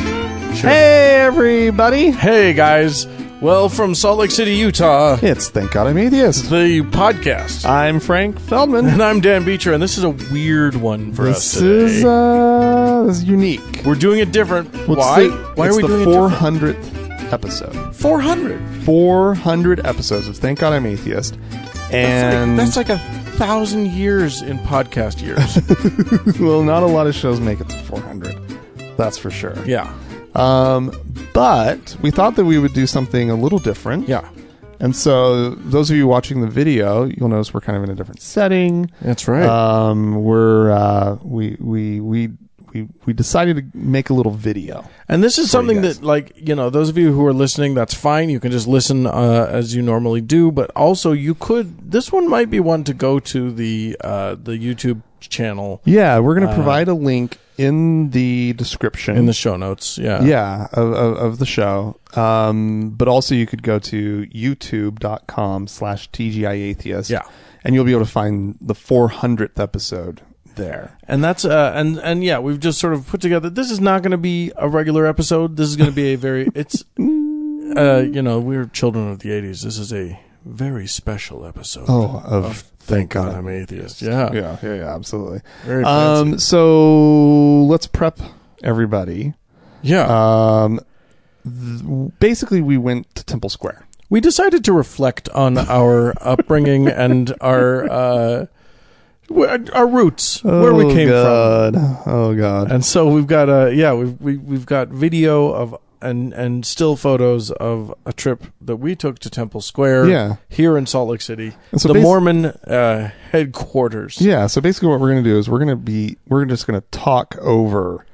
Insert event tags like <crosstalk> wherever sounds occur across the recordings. Richard. Hey, everybody. Hey, guys. Well, from Salt Lake City, Utah, It's Thank God I'm Atheist. the podcast. I'm Frank Feldman. <laughs> And I'm Dan Beecher, and this is a weird one for us This today. is, uh, this is unique. We're doing it different. What's Why? the- Why it's are we the doing it 400th episode? different? 400. 400 episodes of Thank God I'm Atheist. And, That's like, that's like a thousand years in <laughs> podcast years. well, not a lot of shows make it to 400. That's for sure. yeah. Um, but we thought that we would do something a little different. Yeah. And so, those of you watching the video, you'll notice we're kind of in a different setting. That's right. Um, we're uh, we we we we we decided to make a little video. And this is something guys. that, like, you know, those of you who are listening, that's fine. You can just listen uh, as you normally do. But also, you could. This one might be one to go to the uh, the YouTube channel Yeah, we're going to Uh, provide a link in the description. in the show notes. Yeah, yeah of, of, of the show. Um, but also you could go to youtube.com slash tgiatheist. Yeah. And you'll be able to find the 400th episode there. And that's uh, and and yeah, we've just sort of put together. This is not going to be a regular episode. This is going to be a very. <laughs> It's, uh, you know, we're children of the '80s. This is a very special episode. Oh, of, Thank God I'm atheist. Yeah, yeah, yeah, yeah, absolutely. Very fancy. Um, so let's prep everybody. yeah. Um, th- basically, we went to Temple Square. We decided to reflect on <laughs> our upbringing and our uh, wh- our roots, where we came from. Oh God! from, and so we've got uh, yeah we've we, we've got video of and and still photos of a trip that we took to Temple Square, Yeah. here in Salt Lake City, And so the basi- Mormon uh, headquarters. Yeah. So basically, what we're gonna do is we're gonna be we're just gonna talk over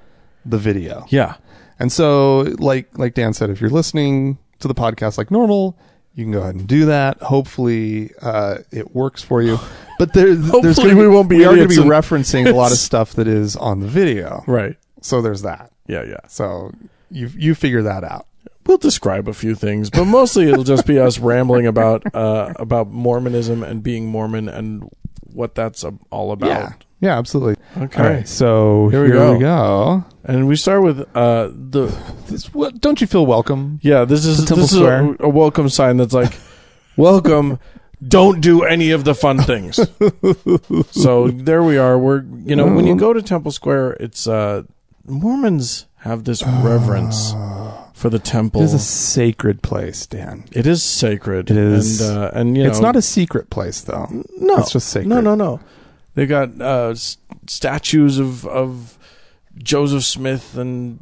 the video. yeah, And so, like like Dan said, if you're listening to the podcast like normal, you can go ahead and do that. Hopefully, uh, it works for <laughs> you. But there, there's Hopefully gonna we won't be we are gonna be idiots and- referencing a <laughs> lot of stuff that is on the video. right. So there's that. Yeah, yeah. So you you figure that out. We'll describe a few things, but mostly it'll just <laughs> be us rambling about uh, about Mormonism and being Mormon and what that's uh, all about. Yeah. Yeah, absolutely. Okay. All right. So Here here, we we, go. And we start with uh the This, what, don't you feel welcome? yeah, this is Temple this is a, Square. a welcome sign that's like welcome don't do any of the fun <laughs> things. so there we are. We're you know, Oh. when you go to Temple Square, it's uh Mormons have this <gasps> reverence for the temple. It is a sacred place, Dan. It is sacred. It is. and uh, and you know it's not a secret place, though. no, It's just sacred. No, no, no. They got uh, s- statues of of Joseph Smith and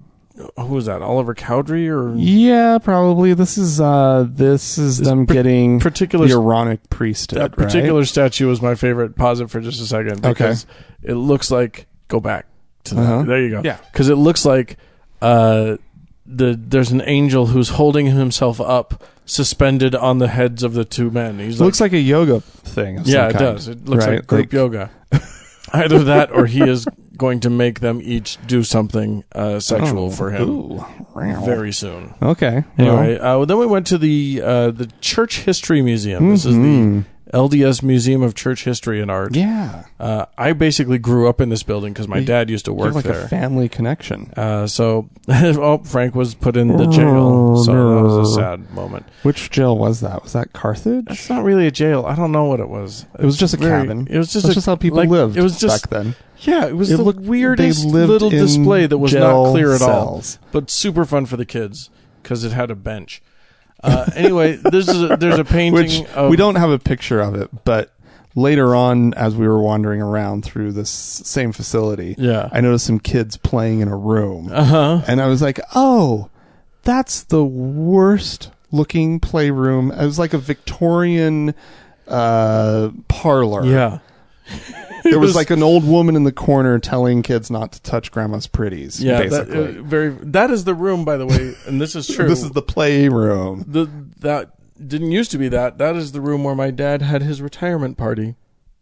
who was that? Oliver Cowdery or Yeah, probably. This is uh, this is them par- getting particular the Aaronic priesthood. that right? particular statue was my favorite. Pause it for just a second Okay. because it looks like go back to that. Uh-huh. There you go. Yeah. because it looks like uh, the there's an angel who's holding himself up, suspended on the heads of the two men. He's like, looks like a yoga thing. Of yeah, some it kind, does. It looks right? like <laughs> group yoga. Either that, or he is going to make them each do something uh, sexual oh, for him oow, wow. very soon. okay. well, Anyway, uh, then we went to the uh, the Church History Museum. This is the mhm. LDS Museum of Church History and Art. yeah. Uh, I basically grew up in this building because my You- dad used to You have like work a there. family connection, uh, so, <laughs> oh, Frank was put in Oh, the jail. So that was a sad moment. which jail was that? Was that Carthage? That's not really a jail. I don't know what it was. it was just a very- cabin. It was just That's a, just how people like, lived. It was just back then. yeah. It was It the looked- weirdest they lived little in display that was not jail clear at all, cells. but super fun for the kids because it had a bench. Uh, anyway, there's a, there's a <laughs> painting Which of we don't have a picture of it, but later on, as we were wandering around through this same facility, yeah I noticed some kids playing in a room, uh huh and I was like, "Oh, that's the worst looking playroom." It was like a Victorian uh parlor yeah there was, was- like an old woman in the corner telling kids not to touch grandma's pretties yeah that- basically uh, very that is the room by the way, <laughs> and this is true. this is the playroom the that didn't used to be that. That is the room where my dad had his retirement party.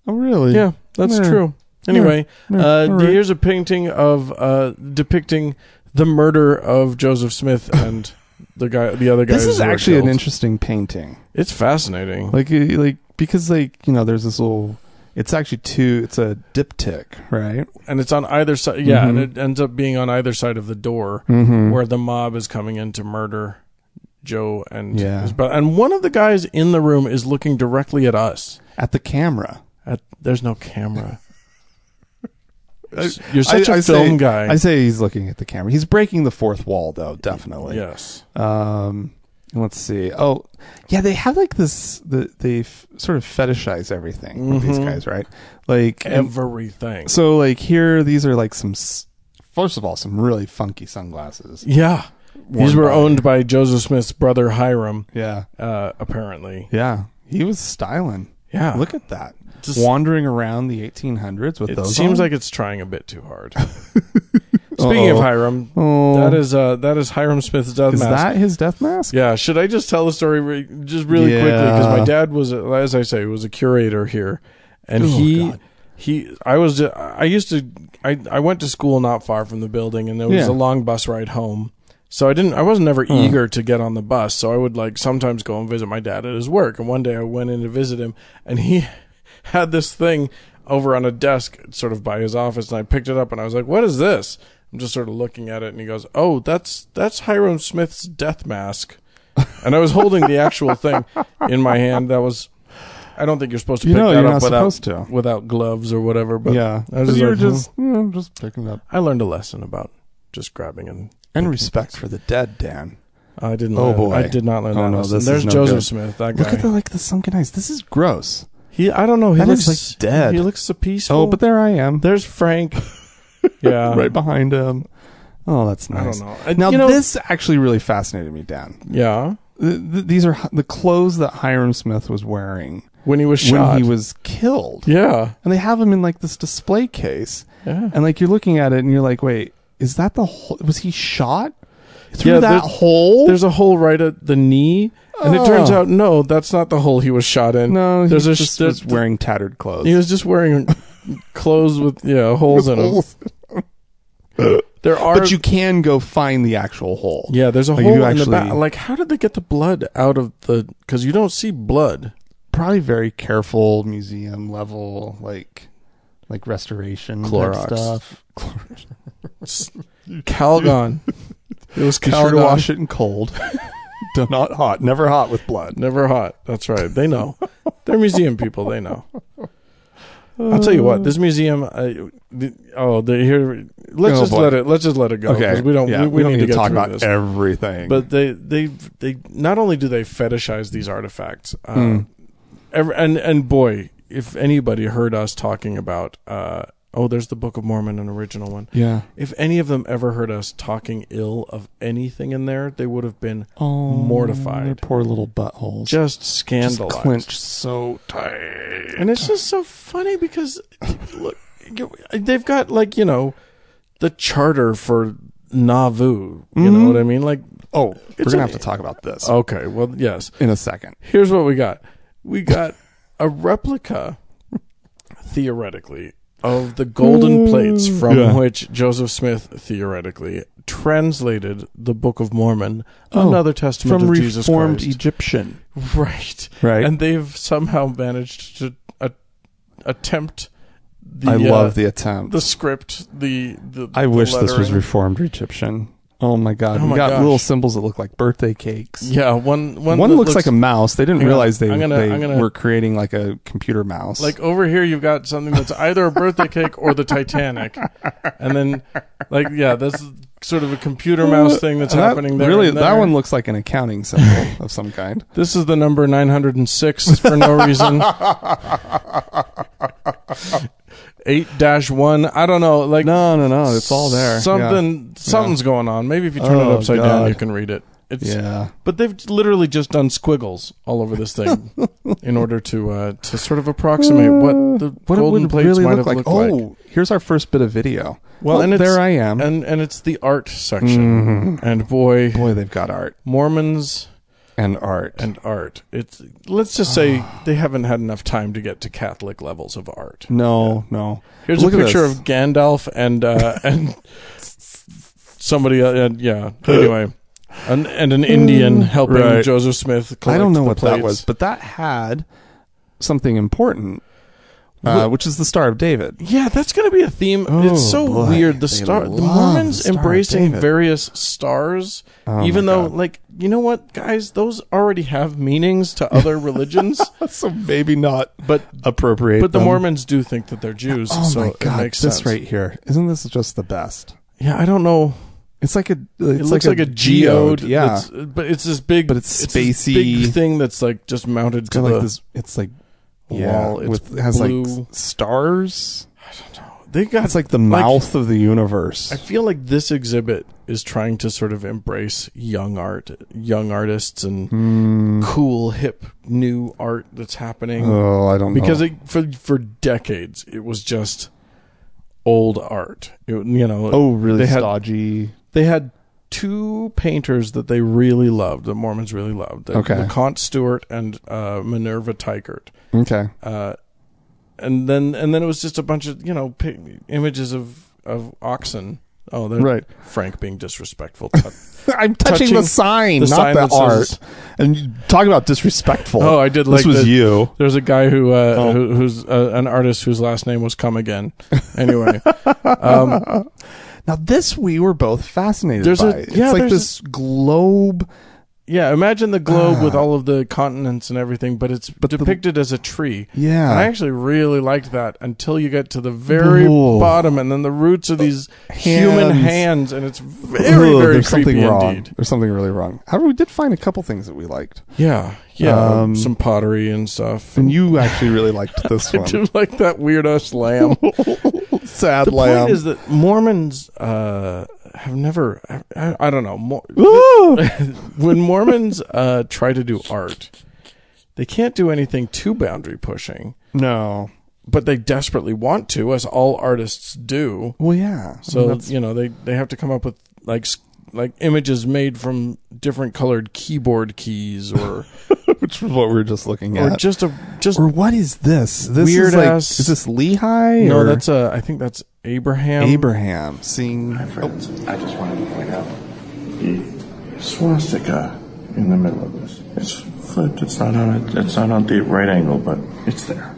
oh really Yeah, that's Yeah. true. Anyway, Yeah. uh, All right. here's a painting of uh, depicting the murder of <laughs> Joseph Smith and the guy, the other guy. this is who were actually an killed. interesting painting It's fascinating. eh, like uh, like because like you know there's this little It's actually two. It's a diptych, right? and it's on either side. Yeah, Mhm. and it ends up being on either side of the door Mm-hmm. where the mob is coming in to murder Joe and Yeah. his brother. And one of the guys in the room is looking directly at us. At the camera. At there's no camera. <laughs> I- You're such a I- I film say, guy. I say he's looking at the camera. He's breaking the fourth wall, though. Definitely. yes. Um, let's see. Oh, yeah, they have like this. The, they f- sort of fetishize everything with these Mhm. guys, right? Like, and Everything. so like here, these are like some. s- First of all, some really funky sunglasses. Yeah. These Worn were by- owned by Joseph Smith's brother Hiram, Yeah, uh, apparently. yeah. He was styling. Yeah. Look at that. Just- Wandering around the 1800s with it those. seems on? like it's trying a bit too <laughs> hard. Speaking of Uh-oh. Hiram, oh, that is uh, that is Hiram Smith's death is mask. that his death mask? Yeah, should I just tell the story re- just really quickly? 'Cause quickly? Yeah. Because my dad was, as I say, was a curator here, and Oh, he God. he I was I used to I I went to school not far from the building, and there was Yeah. a long bus ride home. So I didn't I wasn't ever Huh. eager to get on the bus. So I would like sometimes go and visit my dad at his work. And one day I went in to visit him, and he <laughs> had this thing over on a desk sort of by his office and I picked it up and I was like, "What is this?" I'm just sort of looking at it and he goes, "Oh, that's that's Hiram Smith's death mask." And I was holding the actual thing in my hand that was I don't think you're supposed to You pick know, that you're up not without supposed to. without gloves or whatever, but yeah, I was But just you were like, just mm, just picking it up I learned a lesson about just grabbing and and respect for the dead, Dan. I didn't Oh, learn, boy. I did not learn Oh, that no, lesson. this is There's no Joseph good. Smith, that guy. Look at the like the sunken eyes. This is gross. he I don't know, he That looks is, like, dead. He looks so peaceful. Oh, but there I am. there's Frank. <laughs> yeah. <laughs> right behind him. Oh, that's I nice. don't know. I- Now you know, this actually really fascinated me, Dan. yeah. Th- th- these are hi- the clothes that Hiram Smith was wearing When he was shot. when he was killed, Yeah. and they have him in like this display case, Yeah. and like you're looking at it and you're like, wait, is that the whole? Was he shot through Yeah, that there's- hole? There's a hole right at the knee, and it Oh. turns out no, that's not the hole he was shot in. no, he there's a sh- just there's- was wearing tattered clothes. He was just wearing clothes with yeah holes in them. There are but you can go find the actual hole. yeah, there's a Like, hole you in the back. actually- Like how did they get the blood out of the? Because you don't see blood. Probably very careful museum level, like like restoration type Clorox. <laughs> stuff. It's <laughs> Calgon. It was Be sure to Calgon. wash it in cold. <laughs> Do not hot. Never hot with blood. Never hot. That's right. They know. They're museum people. They know. I'll tell you what. This museum. I, the, oh, they here. Let's Oh, just boy. let it. Let's just let it go. 'cause we don't. yeah, we, we need to, get talk through about this. everything. But they, they, they. Not only do they fetishize these artifacts, um, ev- and and boy, if anybody heard us talking about, uh, oh, there's the Book of Mormon, an original one. yeah. If any of them ever heard us talking ill of anything in there, they would have been Oh, Mortified. Their poor little buttholes. just Just scandalized. clenched so tight. And it's just so funny because look, you- they've got like you know the charter for Nauvoo. You know Mhm. what I mean? Like oh, we're It's gonna a- Oh. have to talk about this okay, well yes. in a second. Here's what we got. We got a replica, theoretically, of the golden plates from Yeah. which Joseph Smith theoretically translated the Book of Mormon, Oh, another testament From of Jesus reformed Christ. Egyptian, right. right? and they've somehow managed to uh, attempt the I uh, love the attempt. the script the the I the wish this was lettering. reformed Egyptian. Oh my god, Oh we my got gosh. little symbols that look like birthday cakes. yeah one one One, that looks, like a mouse. They didn't Hang on. realize they, I'm gonna- they I'm gonna- were creating like a computer mouse. like over here you've got something that's either a birthday cake or the Titanic and then like yeah that's sort of a computer mouse thing that's That- happening there Really, and that there. one looks like an accounting symbol <laughs> of some kind. this is the number 906 for <laughs> no reason 8-1 I don't know like No, no, no. It's all there. Something something's going on. Maybe if you turn Oh, it upside God. down, you can read it. It's, Yeah. yeah. But they've literally just done squiggles all over this <laughs> thing in order to uh, to sort of approximate what the What golden it would plates really might look have like. looked oh, like. here's our first bit of video. Well, Look, and it's- there I am. Mm-hmm. And and it's the art section. And boy, Boy, they've got art Mormons and art. and art. It's let's <sighs> just say they haven't had enough time to get to Catholic levels of art. no, no. Here's Look a at picture this. of Gandalf and <laughs> uh, and somebody. Uh, and, yeah. Anyway, an, and an Indian helping mm, Right. Joseph Smith. Collect I don't know the what that plates. was, but that had something important. uh, which is the Star of David. Yeah, that's going to be a theme. Oh, it's so boy. weird. The They star, the love Mormons the Star of embracing David. various stars, Oh, even my though, God. like, you know what, guys, those already have meanings to <laughs> other religions. so maybe not But appropriate. but the them. Mormons do think that they're Jews. Oh so my it God! makes this sense. right here isn't this just the best? Yeah, I don't know. It's like a. It's It looks like, a geode. Yeah, It's- but it's this big. But it's this spacey. big thing that's like just mounted It's to got the. like this. It's like yeah, wall. It's with it has blue. like s- stars. they got. That's like the mouth of the universe. I feel like this exhibit is trying to sort of embrace young art, young artists, Hmm. and cool, hip, new art that's happening. oh, I don't because know. it, for for decades it was just old art. It- you know, oh, really they had- stodgy. they had two painters that they really loved, the Mormons really loved. The, Okay. LeConte Stewart and uh, Minerva Teichert. okay, Uh, and then and then it was just a bunch of you know pi- images of of oxen. Oh, they're right. Frank being disrespectful. <laughs> Tut- <laughs> I'm touching, touching the sign, the not sign the that art. says- and you talk about disrespectful. oh, I did this like was the- you. There's a guy who, uh, Oh. who who's uh, an artist whose last name was Come Again. <laughs> Anyway, um, Now this we were both fascinated There's by. a- yeah, it's like there's this globe, yeah, imagine the globe with Ah. all of the continents and everything, but it's But the- depicted as a tree. yeah, And I actually really liked that until you get to the very Ooh. bottom, and then the roots of these human hands, and it's very, Ugh, very there's creepy something wrong. indeed. There's something really wrong. However, we did find a couple things that we liked, Yeah, yeah, Um, some pottery and stuff. and you actually really liked <laughs> this <laughs> I do one. like that weirdo slam. <laughs> Sad the lamb. point is that Mormons uh, have never. I, I, I don't <laughs> know. Mor- <laughs> Ooh! when Mormons uh, try to do art, they can't do anything too boundary pushing, no. but they desperately want to, as all artists do. Well, yeah. I mean, So that's- you know they they have to come up with like s- like images made from different colored keyboard <laughs> keys or <laughs> which is what we were just looking or at. just a just or what is this? This Weird is like ass- is this Lehi? no or that's a I think that's Abraham. um, Abraham seeing. Friends, Oh, I just wanted to point out the swastika in the middle of this. It's flipped. It's not on. A, it's not on the right angle, but it's there.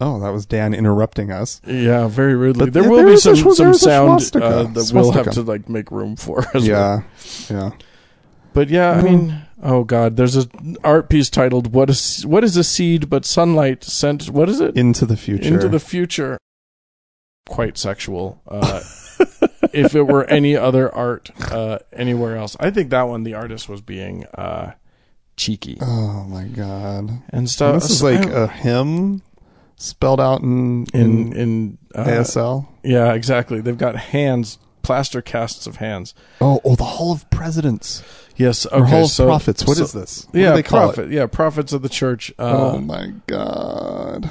Oh, that was Dan interrupting us. yeah, very rudely. But there th- will there be is a some, sw- there some is a sound swastika. uh, that we'll have Swastika. to like make room for. As well. Yeah, Mm-hmm. yeah. But yeah, I mean, oh god, there's a art piece titled "What is What is a seed but sunlight sent?" What is it Into the future. into the future? Quite sexual. Uh, if it were any other art uh, anywhere else, I think that one the artist was being uh, cheeky <laughs> Oh my God. and stuff. this is So I- like a hymn spelled out in in in uh, ASL. yeah, exactly. They've got hands, plaster casts of hands. Oh, oh, the Hall of Presidents Yes, okay, or Hall so, of Prophets. What is so- this? What do Yeah, they call prophet. Yeah, prophets of the church. It? Uh, oh my God.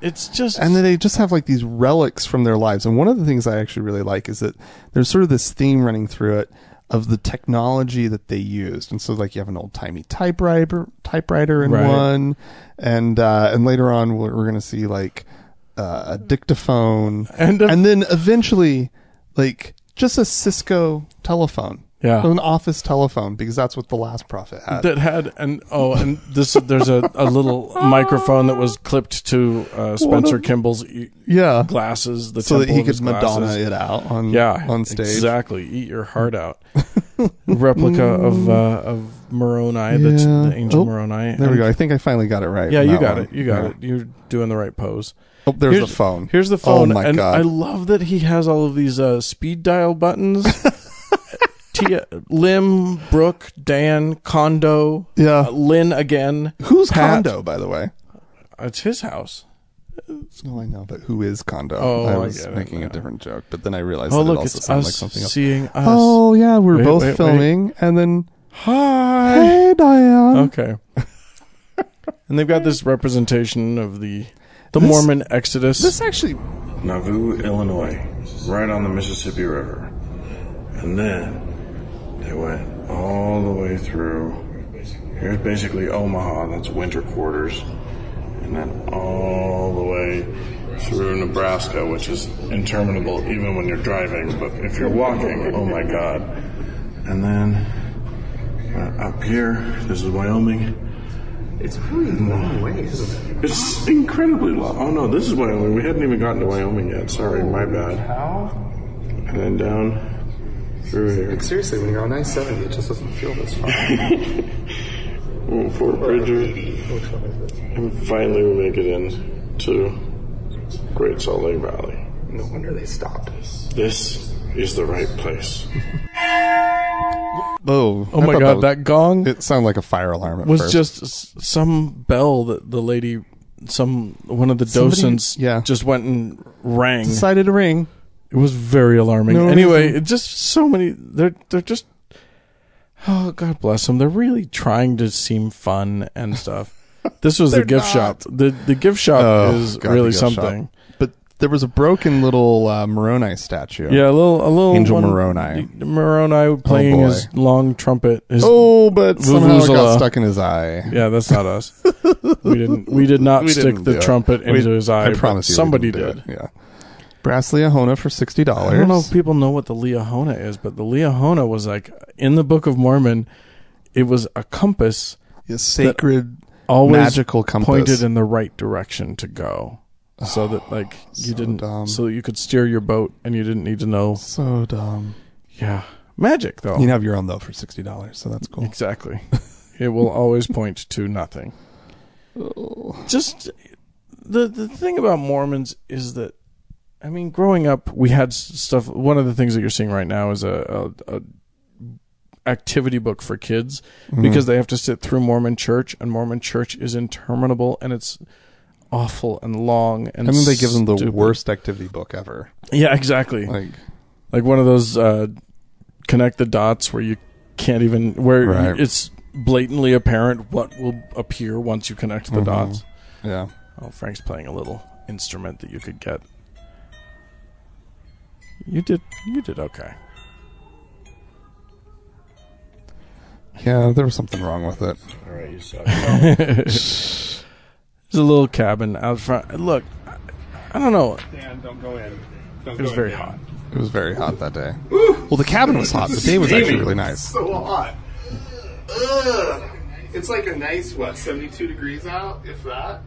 it's just And then they just have like these relics from their lives. And one of the things I actually really like is that there's sort of this theme running through it of the technology that they used. And so like you have an old timey typewriter, typewriter in Right. one, and uh, and later on we're, we're gonna see like uh, a dictaphone, And a- and then eventually like just a Cisco telephone, Yeah. an office telephone, because that's what the last prophet had. that had an oh and this there's a, a <laughs> little microphone that was clipped to uh, Spencer Kimball's e- yeah, glasses the so that temple he of his could Madonna glasses. it out on yeah on stage. exactly eat your heart out <laughs> replica of uh, of Moroni that's Yeah. the angel Oh, Moroni There we And- go. I think I finally got it right. yeah on you that got one. it you got Yeah. it you're doing the right pose Oh, there's Here's- the phone. here's the phone Oh my and god. I love that he has all of these uh, speed dial <laughs> buttons. Tia, Lim, Brooke, Dan, Kondo, yeah. uh, Lynn again. Who's Pat- Kondo, by the way? It's his house. Well, I know, but who is Kondo? Oh, I I was get it, making yeah. a different joke, but then I realized that Oh, it look, also it's sounded us like something else. seeing us. Oh yeah, we're Wait, both wait, wait. filming, and then hi. hey Diane. Okay. and they've got this representation of the the This- Mormon Exodus. This actually, Nauvoo, Illinois, right on the Mississippi River, and then they went all the way through. Here's basically Omaha. That's winter quarters, and then all the way through Nebraska, which is interminable even when you're driving. But if you're walking, oh my god! And then uh, up here, this is Wyoming. It's pretty long way, isn't it? It's incredibly low. Oh no, this is Wyoming. We hadn't even gotten to Wyoming yet. Sorry, my bad. How? And then down through here. Like seriously, when you're on I-70, it just doesn't feel this <laughs> far. Oh, Fort Bridger. Which one is it? And finally we make it in to Great Salt Lake Valley. No wonder they stopped us. This is the right place. Oh, Oh my god, that, gong it sounded like a fire alarm. At was first. just s- some bell that the lady, some one of the Somebody- docents, yeah. just went and rang. decided to ring. It was very alarming. No anyway, reason. it just so many. They're they're just. Oh God bless them. They're really trying to seem fun and stuff. This was <laughs> the They're gift not. shop. the The gift shop Oh, is God, really the gift something. shop. But there was a broken little uh, Moroni statue. Yeah, a little a little Angel one- Moroni. Moroni playing Oh, boy. his long trumpet. His, Oh, but somehow it Vuvuzela. got stuck in his eye. Yeah, that's not us. we didn't. We did not We stick didn't the do it. trumpet We- into his eye. I but promise you, we somebody didn't did. do it. Oh, Yeah. Brasslia Hona for sixty dollars. I don't know if people know what the Liahona is, but the Liahona was like in the Book of Mormon. It was a compass sacred always magical compass. pointed in the right direction to go, so that like you Ah, so didn't, dumb. so that you could steer your boat and you didn't need to know. so dumb. Yeah, magic though. You can have your own though for sixty dollars, so that's cool. Exactly. <laughs> it will always point to nothing. Just the the thing about Mormons is that I mean, growing up, we had s- stuff. One of the things that you're seeing right now is a, a, a activity book for kids Mm-hmm. because they have to sit through Mormon church, and Mormon church is interminable and it's awful and long. And And then they give them the stupid. worst activity book ever. Yeah, exactly Like like one of those uh, connect the dots where you can't even where Right. it's blatantly apparent what will appear once you connect the Mm-hmm. dots. yeah. Oh, Frank's playing a little instrument that you could get. You did you did okay. Yeah, there was something wrong with it. All right, you suck. There's a little cabin out front. Look, I, I don't know. Dan, don't go in. It was very hot. It was very hot that day. Well, the cabin was hot. The day was actually really nice. <laughs> so hot. Ugh. It's like a nice, what, 72 degrees out, if that?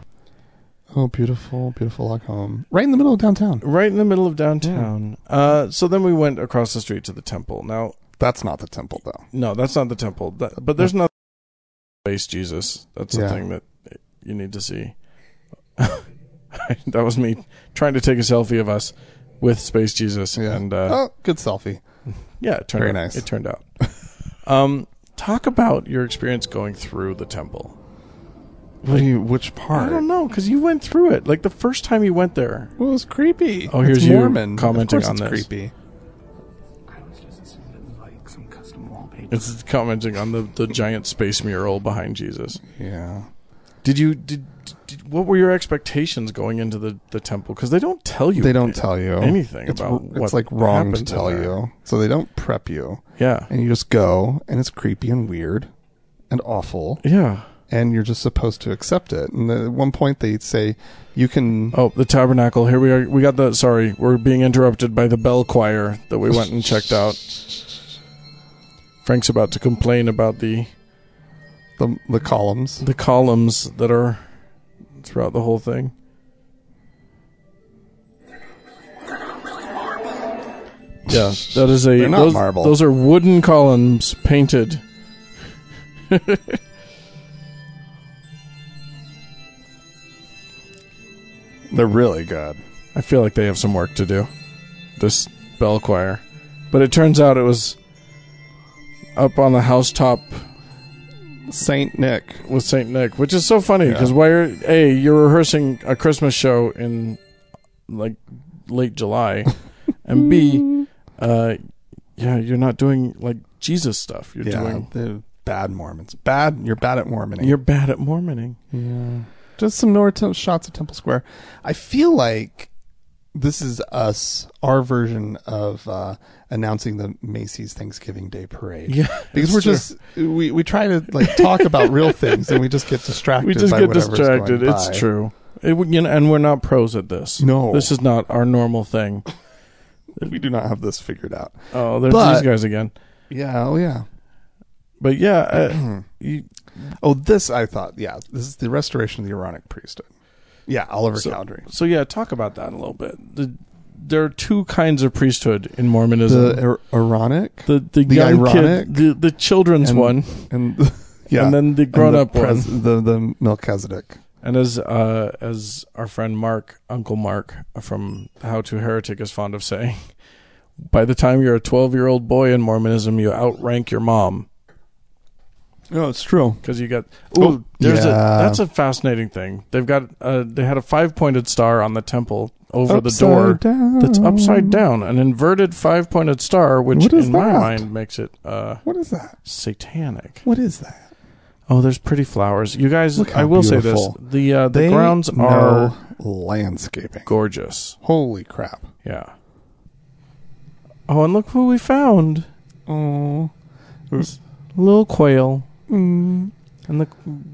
Oh, beautiful, beautiful log home. Right in the middle of downtown. Right in the middle of downtown. Uh, so then we went across the street to the temple. Now, That's not the temple, though. No, that's not the temple. That, but there's nothing face Jesus. That's the Yeah. thing that you need to see. <laughs> that was me trying to take a selfie of us with Space Jesus, Yeah. and uh, oh, good selfie. yeah, it turned very out, nice. It turned out. <laughs> um, talk about your experience going through the temple. What do you? Which part? I don't know because you went through it like the first time you went there. Well, it was creepy. Oh, It's here's you Mormon. commenting of course on it's this. Creepy. I was just assuming, like, some custom wallpaper. It's commenting on the, the giant space mural behind Jesus. Yeah. Did you did, did what were your expectations going into the the temple? Because they don't tell you. They don't tell you anything It's- about It's what like wrong happens to in tell there. you, so they don't prep you, Yeah, and you just go, and it's creepy and weird, and awful, yeah. and you're just supposed to accept it. And at one point they say you can. Oh, the tabernacle. Here we are. We got the. Sorry, we're being interrupted by the bell choir that we went and checked out. Frank's about to complain about the the, the columns. the columns that are throughout the whole thing. Yeah, that is a They're not those, marble. those are wooden columns painted. They're really good. I feel like they have some work to do. This bell choir. But it turns out it was up on the housetop Saint Nick. with St. Nick, which is so funny Yeah. because why are A, you're rehearsing a Christmas show in like late July, and B, uh, yeah, you're not doing like Jesus stuff. You're Yeah, doing they're bad Mormons. Bad. You're bad at Mormoning. you're bad at Mormoning. Yeah. Just some more t- shots of Temple Square. I feel like this is us, our version of uh, announcing the Macy's Thanksgiving Day Parade. <laughs> Yeah, Because it's we're true. just we, we try to like talk about <laughs> real things and we just get distracted. we just by get whatever's distracted. going It's by. true. It, would- you know, and we're not pros at this. No. this is not our normal thing. We do not have this figured out. Oh, there's But- these guys again. Yeah, oh yeah. But <clears throat> yeah, uh, you, Oh, this I thought. Yeah, this is the restoration of the Aaronic priesthood. Yeah, Oliver Cowdery. so yeah, talk about that a little bit. The, there are two kinds of priesthood in Mormonism. The Ar- Aaronic. the the, the young ironic kid, the, the children's and- one, and <laughs> yeah, and then the and grown up one. pres- The the Melchizedek. And as uh, as our friend Mark, Uncle Mark from How to Heretic is fond of saying, by the time you're a 12 year old boy in Mormonism, you outrank your mom No, Oh, it's true. because you got. Ooh, there's Oh, yeah. a that's a fascinating thing. They've got uh, they had a five pointed star on the temple over Upside the door down. that's upside down, an inverted five pointed star, which What is in my that? mind makes it uh, What is that? satanic. What is that? Oh, there's pretty flowers. You guys, Look how I will say beautiful. this: the uh, the They grounds know are landscaping. gorgeous. Holy crap! Yeah. Oh, and look who we found. Oh, Little quail. And the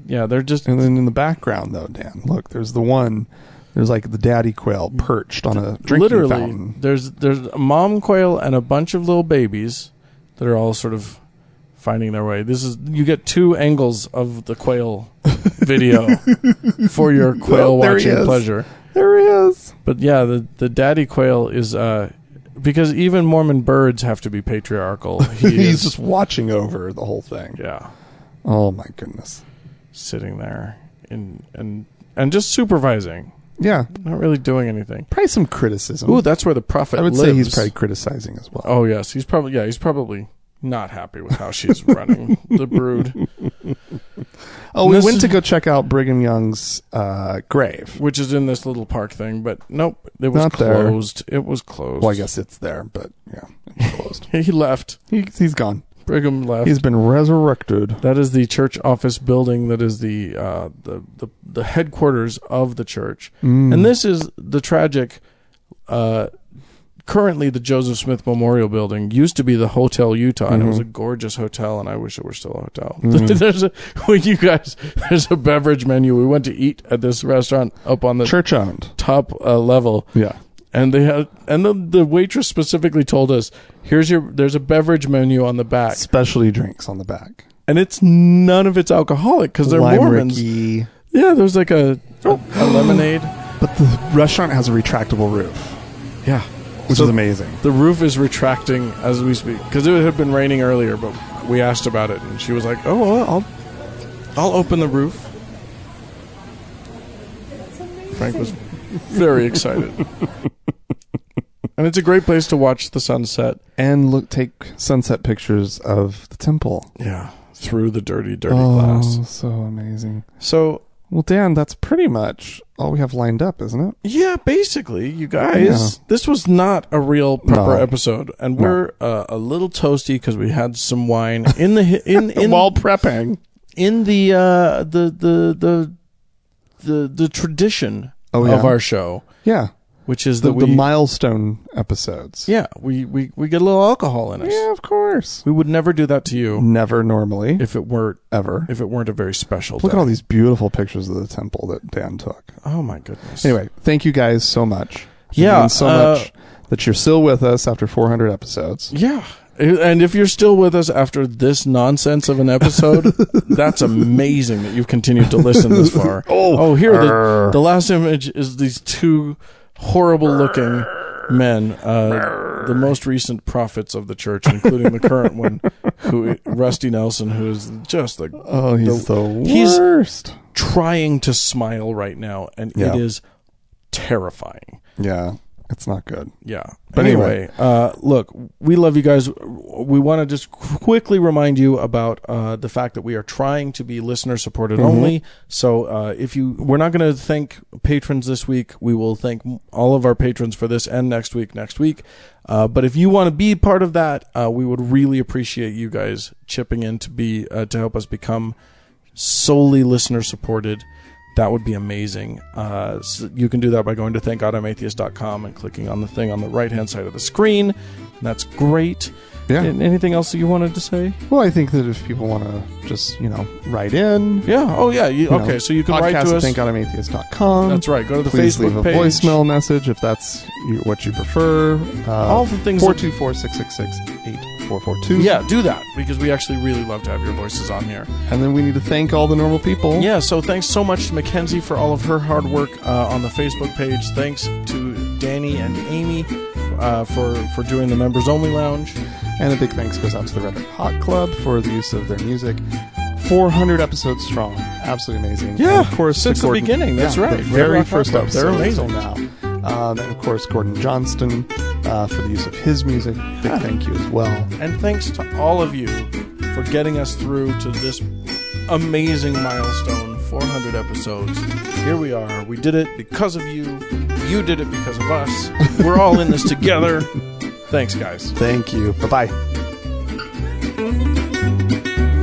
yeah, they're just Mm. and then in the background though, Dan, look, there's the one. There's like the daddy quail perched on a drinking literally fountain. there's there's a mom quail and a bunch of little babies that are all sort of finding their way. This is you get two angles of <laughs> the quail video for your quail Oh, there he watching is. pleasure. There he is. But yeah, the the daddy quail is uh because even Mormon birds have to be <laughs> patriarchal. <laughs> He He's is, just watching over the whole thing. yeah. Oh my goodness. sitting there and and and just supervising, Yeah. not really doing anything. Probably some criticism. Ooh, that's where the prophet. I would lives. say he's probably criticizing as well. Oh yes, he's probably yeah, he's probably not happy with how she's running the <laughs> brood, Oh, we This went is- to go check out Brigham Young's uh, grave. which is in this little park thing. But nope, it was Not there. closed. It was closed. Well, I guess it's there, but yeah, <laughs> it's closed. he left. he, he's gone. Brigham left. He's been resurrected. that is the church office building. That is the uh, the, the the headquarters of the church. Hmm. Mm. And this is the tragic. Uh, currently, the Joseph Smith Memorial Building used to be the Hotel Utah, and it was a gorgeous hotel. And I wish it were still a hotel. <laughs> there's a when you guys <laughs> there's a beverage menu. We went to eat at this restaurant up on the Church owned. top uh, level, Yeah. and they had and the, the waitress specifically told us, "Here's your there's a beverage menu on the back, Specialty drinks on the back. and it's none of it's alcoholic because they're Lime Mormons." Ricky. Yeah, there's like a, a, <gasps> a lemonade. But the restaurant has a retractable roof, Yeah. which is amazing. The roof is retracting as we speak because it had been raining earlier, but we asked about it, and she was like, "Oh, well, I'll, I'll open the roof." Frank was very <laughs> excited, and it's a great place to watch the sunset. And look, take sunset pictures of the temple. Yeah, through the dirty, dirty Oh, glass. so amazing. So Well, Dan, that's pretty much all we have lined up, isn't it? Yeah, basically, you guys, this was not a real proper No. episode, and we're uh, a little toasty because we had some wine in the hi- <laughs> in in prepping. in the uh, the the the the the tradition Oh, yeah. of our show, Yeah. which is The, that we the milestone episodes. yeah we, we we get a little alcohol in us. Yeah, Mm. of course. We would never do that to you Never normally, if it weren't ever. if it weren't a very special. Uh, Look day. at all these beautiful pictures of the temple that Dan took. Oh my goodness. Anyway, thank you guys so much. It Yeah, means so uh, much that you're still with us after 400 episodes. Yeah. And if you're still with us after this nonsense of an episode, that's amazing that you've continued to listen this far. Oh, here the, the last image is these two horrible looking men, uh, the most recent prophets of the church, including the current one, who Rusty Nelson, who is just like Oh, he's the, he's- worst. trying to smile right now, and Yeah. it is terrifying. Yeah, it's not good. Yeah. But anyway, anyway. uh, look, we love you guys. We want to just quickly remind you about uh, the fact that we are trying to be listener supported only. So uh, if you, we're not going to thank patrons this week. We will thank all of our patrons for this and next week, next week. Uh, but if you want to be part of that, uh, we would really appreciate you guys chipping in to be uh, to help us become solely listener supported. That would be amazing. Uh, so you can do that by going to thankgodimatheist.com and clicking on the thing on the right hand side of the screen. And that's great. Yeah. And anything else that you wanted to say? Well, I think that if people want to just, you know, write in. Yeah. Oh, yeah. You, you know, okay. so you can podcast write to us. at thankgodimatheist.com. That's right. Go to the Please Facebook leave a page. voicemail message if that's you, what you prefer. Uh, All the things that- 424 666 442. Yeah, do that because we actually really love to have your voices on here. And then we need to thank all the normal people. Yeah, so thanks so much to Mackenzie for all of her hard work uh, on the Facebook page. Thanks to Danny and Amy uh, for for doing the members only lounge. And a big thanks goes out to the Red Hot Club for the use of their music. 400 episodes strong. Absolutely amazing. Yeah, And of course, since the Gordon- beginning, that's yeah, right. The Red very Rock Hot first Club, episode they're amazing. until now. Um, and of course, Gordon Johnston uh, for the use of his music. Big thank you as well. And thanks to all of you for getting us through to this amazing milestone 400 episodes. Here we are. We did it because of you. You did it because of us. We're all in this together. Thanks, guys. Thank you. Bye bye.